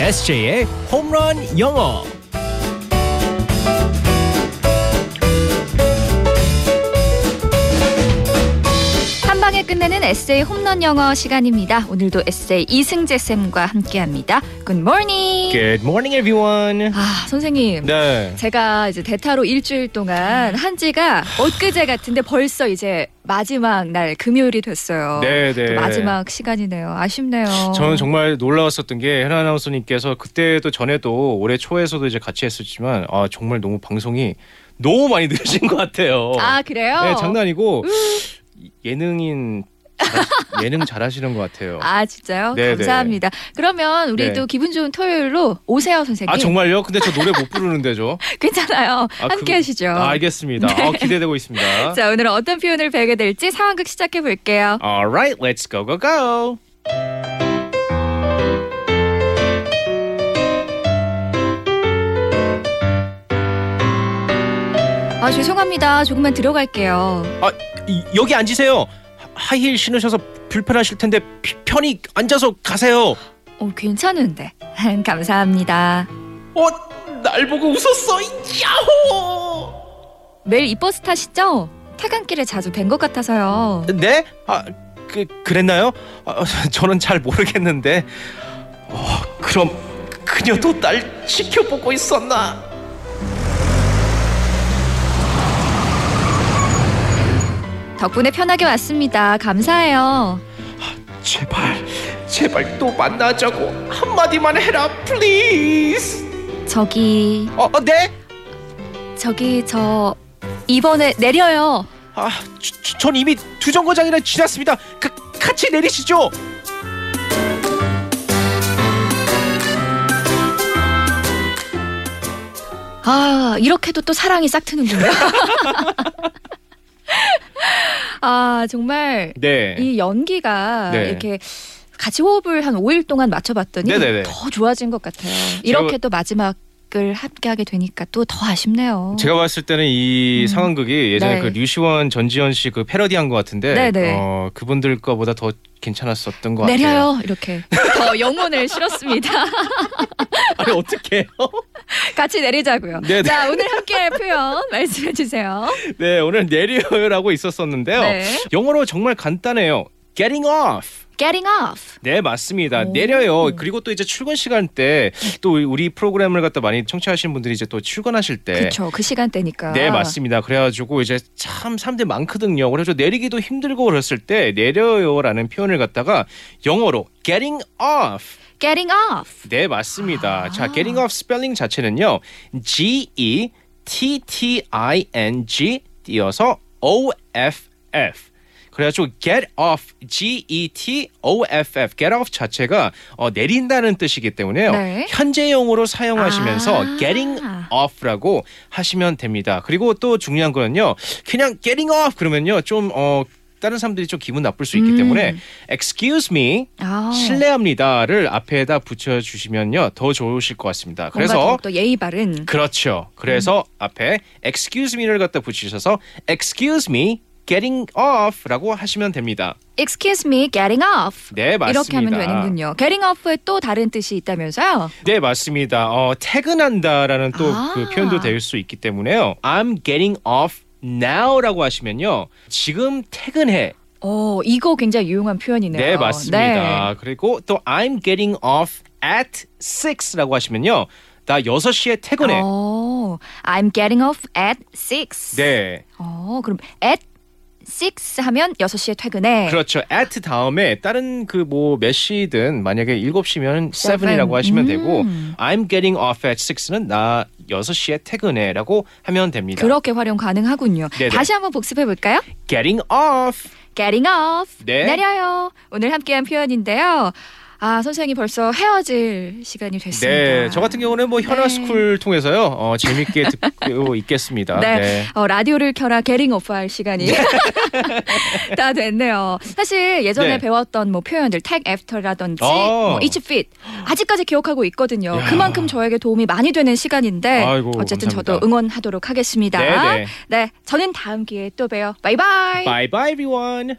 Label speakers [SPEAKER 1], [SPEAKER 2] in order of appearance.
[SPEAKER 1] SJ의 홈런 영어.
[SPEAKER 2] 한 방에 끝내는 에세이 홈런 영어 시간입니다. 오늘도 에세이 이승재 쌤과 함께합니다. Good morning.
[SPEAKER 3] 네.
[SPEAKER 1] Good morning, everyone.
[SPEAKER 2] 아 선생님.
[SPEAKER 1] 네.
[SPEAKER 2] 제가 이제 대타로 일주일 동안 한지가 엊그제 같은데 벌써 이제 마지막 날 금요일이 됐어요.
[SPEAKER 3] 네, 네.
[SPEAKER 2] 또 마지막 시간이네요. 아쉽네요.
[SPEAKER 3] 저는 정말 놀라웠었던 게 헤나 아나운서님께서 그때도 전에도 올해 초에서도 이제 같이 했었지만 아 정말 너무 방송이 너무 많이 늘으신 것 같아요.
[SPEAKER 2] 아 그래요? 음.
[SPEAKER 3] 네, 장난이고 예능인 잘- 예능 잘하시는 것 같아요. 아,
[SPEAKER 2] 아 진짜요?
[SPEAKER 3] 네, 네.
[SPEAKER 2] 감사합니다. 그러면 우리
[SPEAKER 3] 네.
[SPEAKER 2] 도 기분 좋은 토요일로 오세요 선생님.
[SPEAKER 3] 아, 정말요? 근데 저 노래 못 부르는데 죠
[SPEAKER 2] 괜찮아요.
[SPEAKER 3] 아,
[SPEAKER 2] 함께
[SPEAKER 3] 그거-
[SPEAKER 2] 하시죠.
[SPEAKER 3] 아, 알겠습니다. 아, 기대되고 있습니다.
[SPEAKER 2] 자 오늘은 어떤 표현을 배우게 될지 상황극 시작해 볼게요.
[SPEAKER 3] Alright, let's go go go.
[SPEAKER 2] 아 죄송합니다. 조금만 들어갈게요.
[SPEAKER 3] 이- 여기 앉으세요. 하- 하이힐 신으셔서 불편하실 텐데 피- 편히 앉아서 가세요.
[SPEAKER 2] 어 괜찮은데. 감사합니다.
[SPEAKER 3] 어, 날 보고 웃었어. 야호!
[SPEAKER 2] 매일 이 버스 타시죠? 퇴근길에 자주 뵌 것 같아서요.
[SPEAKER 3] 네? 아, 그 그랬나요? 아, 저는 잘 모르겠는데. 어, 그럼 그녀도 날 지켜보고 있었나?
[SPEAKER 2] 덕분에 편하게 왔습니다. 감사해요.
[SPEAKER 3] 제발, 제발 또 만나자고 한 마디만 해라, 플리즈.
[SPEAKER 2] 저기
[SPEAKER 3] 어, 어, 네?
[SPEAKER 2] 저기 저 이번에 내려요.
[SPEAKER 3] 아, 저- 저- 전 이미 두 정거장이나 지났습니다. 가, 같이 내리시죠.
[SPEAKER 2] 아 이렇게도 또 사랑이 싹 트는군요. 아 정말
[SPEAKER 3] 네.
[SPEAKER 2] 이 연기가
[SPEAKER 3] 네.
[SPEAKER 2] 이렇게 같이 호흡을 한 5일 동안 맞춰봤더니
[SPEAKER 3] 네네네.
[SPEAKER 2] 더 좋아진 것 같아요. 이렇게 또 마지막을 함께하게 되니까 또 더 아쉽네요.
[SPEAKER 3] 제가 봤을 때는 이
[SPEAKER 2] 음.
[SPEAKER 3] 상황극이 예전에
[SPEAKER 2] 네.
[SPEAKER 3] 그 류시원 전지현 씨 그 패러디한 것 같은데
[SPEAKER 2] 네네.
[SPEAKER 3] 어, 그분들 거보다 더 괜찮았었던 것 같아요.
[SPEAKER 2] 내려요 이렇게 더 영혼을 실었습니다.
[SPEAKER 3] 아니 어떻게 해요?
[SPEAKER 2] 같이 내리자고요.
[SPEAKER 3] 네네.
[SPEAKER 2] 자 오늘 함께할 표현 말씀해 주세요.
[SPEAKER 3] 네 오늘 내려요라고 있었었는데요.
[SPEAKER 2] 네.
[SPEAKER 3] 영어로 정말 간단해요. Getting off.
[SPEAKER 2] Getting off.
[SPEAKER 3] 네 맞습니다.
[SPEAKER 2] 오.
[SPEAKER 3] 내려요. 그리고 또 이제 출근 시간 때 또 우리 프로그램을 갖다 많이 청취하신 분들이 이제 또 출근하실 때.
[SPEAKER 2] 그렇죠. 그 시간대니까.
[SPEAKER 3] 네 맞습니다. 그래가지고 이제 참 사람들 이 많거든요. 그래서 내리기도 힘들고 그랬을 때 내려요라는 표현을 갖다가 영어로 getting off.
[SPEAKER 2] Getting off.
[SPEAKER 3] 네 맞습니다.
[SPEAKER 2] 아.
[SPEAKER 3] 자 getting off 스펠링 자체는요 G E T T I N G 띄어서 O F F 그래가지고 get off G E T O F F get off 자체가 어, 내린다는 뜻이기 때문에요
[SPEAKER 2] 네.
[SPEAKER 3] 현재형으로 사용하시면서
[SPEAKER 2] 아.
[SPEAKER 3] getting off라고 하시면 됩니다. 그리고 또 중요한 거는요 그냥 getting off 그러면요 좀 어, 다른 사람들이 좀 기분 나쁠 수 있기
[SPEAKER 2] 음.
[SPEAKER 3] 때문에 excuse me
[SPEAKER 2] 아.
[SPEAKER 3] 실례합니다를 앞에다 붙여주시면요 더 좋으실 것 같습니다.
[SPEAKER 2] 뭔가
[SPEAKER 3] 그래서
[SPEAKER 2] 더욱더 음. 예의 바른.
[SPEAKER 3] 그렇죠. 그래서 앞에 excuse me를 갖다 붙이셔서 excuse me getting off라고 하시면 됩니다.
[SPEAKER 2] Excuse me, getting off.
[SPEAKER 3] 네 맞습니다.
[SPEAKER 2] 이렇게 하면 되는군요. Getting off에 또 다른 뜻이 있다면서요?
[SPEAKER 3] 네 맞습니다. 어, 퇴근한다라는 또
[SPEAKER 2] 아.
[SPEAKER 3] 그 표현도 될 수 있기 때문에요. I'm getting off now라고 하시면요 지금 퇴근해.
[SPEAKER 2] 어, 이거 굉장히 유용한 표현이네요. 어,
[SPEAKER 3] 네 맞습니다. 그리고 또 I'm getting off at 6라고 하시면요 나 6시에 퇴근해.
[SPEAKER 2] 어, I'm getting off at 6.
[SPEAKER 3] 네.
[SPEAKER 2] 어, 그럼 at 6 하면 6시에 퇴근해.
[SPEAKER 3] 그렇죠. at 다음에 다른 그 뭐 몇 시든 만약에 7시면 7이라고 하시면
[SPEAKER 2] 음.
[SPEAKER 3] 되고 I'm getting off at 6는 나 6시에 퇴근해라고 하면 됩니다.
[SPEAKER 2] 그렇게 활용 가능하군요.
[SPEAKER 3] 네네.
[SPEAKER 2] 다시 한번 복습해 볼까요?
[SPEAKER 3] getting off.
[SPEAKER 2] Getting off.
[SPEAKER 3] 네.
[SPEAKER 2] 내려요. 오늘 함께한 표현인데요. 아, 선생님이 벌써 헤어질 시간이 됐습니다.
[SPEAKER 3] 네. 저 같은 경우는 뭐 현아
[SPEAKER 2] 네.
[SPEAKER 3] 스쿨 통해서요. 어, 재밌게 듣고 있겠습니다.
[SPEAKER 2] 네. 어, 라디오를 켜라 게링 오프 할 시간이
[SPEAKER 3] 네.
[SPEAKER 2] 다 됐네요. 사실 예전에
[SPEAKER 3] 네.
[SPEAKER 2] 배웠던 뭐 표현들 tag after라든지
[SPEAKER 3] 어.
[SPEAKER 2] 뭐 each fit 아직까지 기억하고 있거든요.
[SPEAKER 3] 야.
[SPEAKER 2] 그만큼 저에게 도움이 많이 되는 시간인데
[SPEAKER 3] 아이고,
[SPEAKER 2] 어쨌든
[SPEAKER 3] 감사합니다.
[SPEAKER 2] 저도 응원하도록 하겠습니다.
[SPEAKER 3] 네, 네.
[SPEAKER 2] 네, 저는 다음 기회에 또 봬요. 바이바이.
[SPEAKER 3] Bye bye everyone.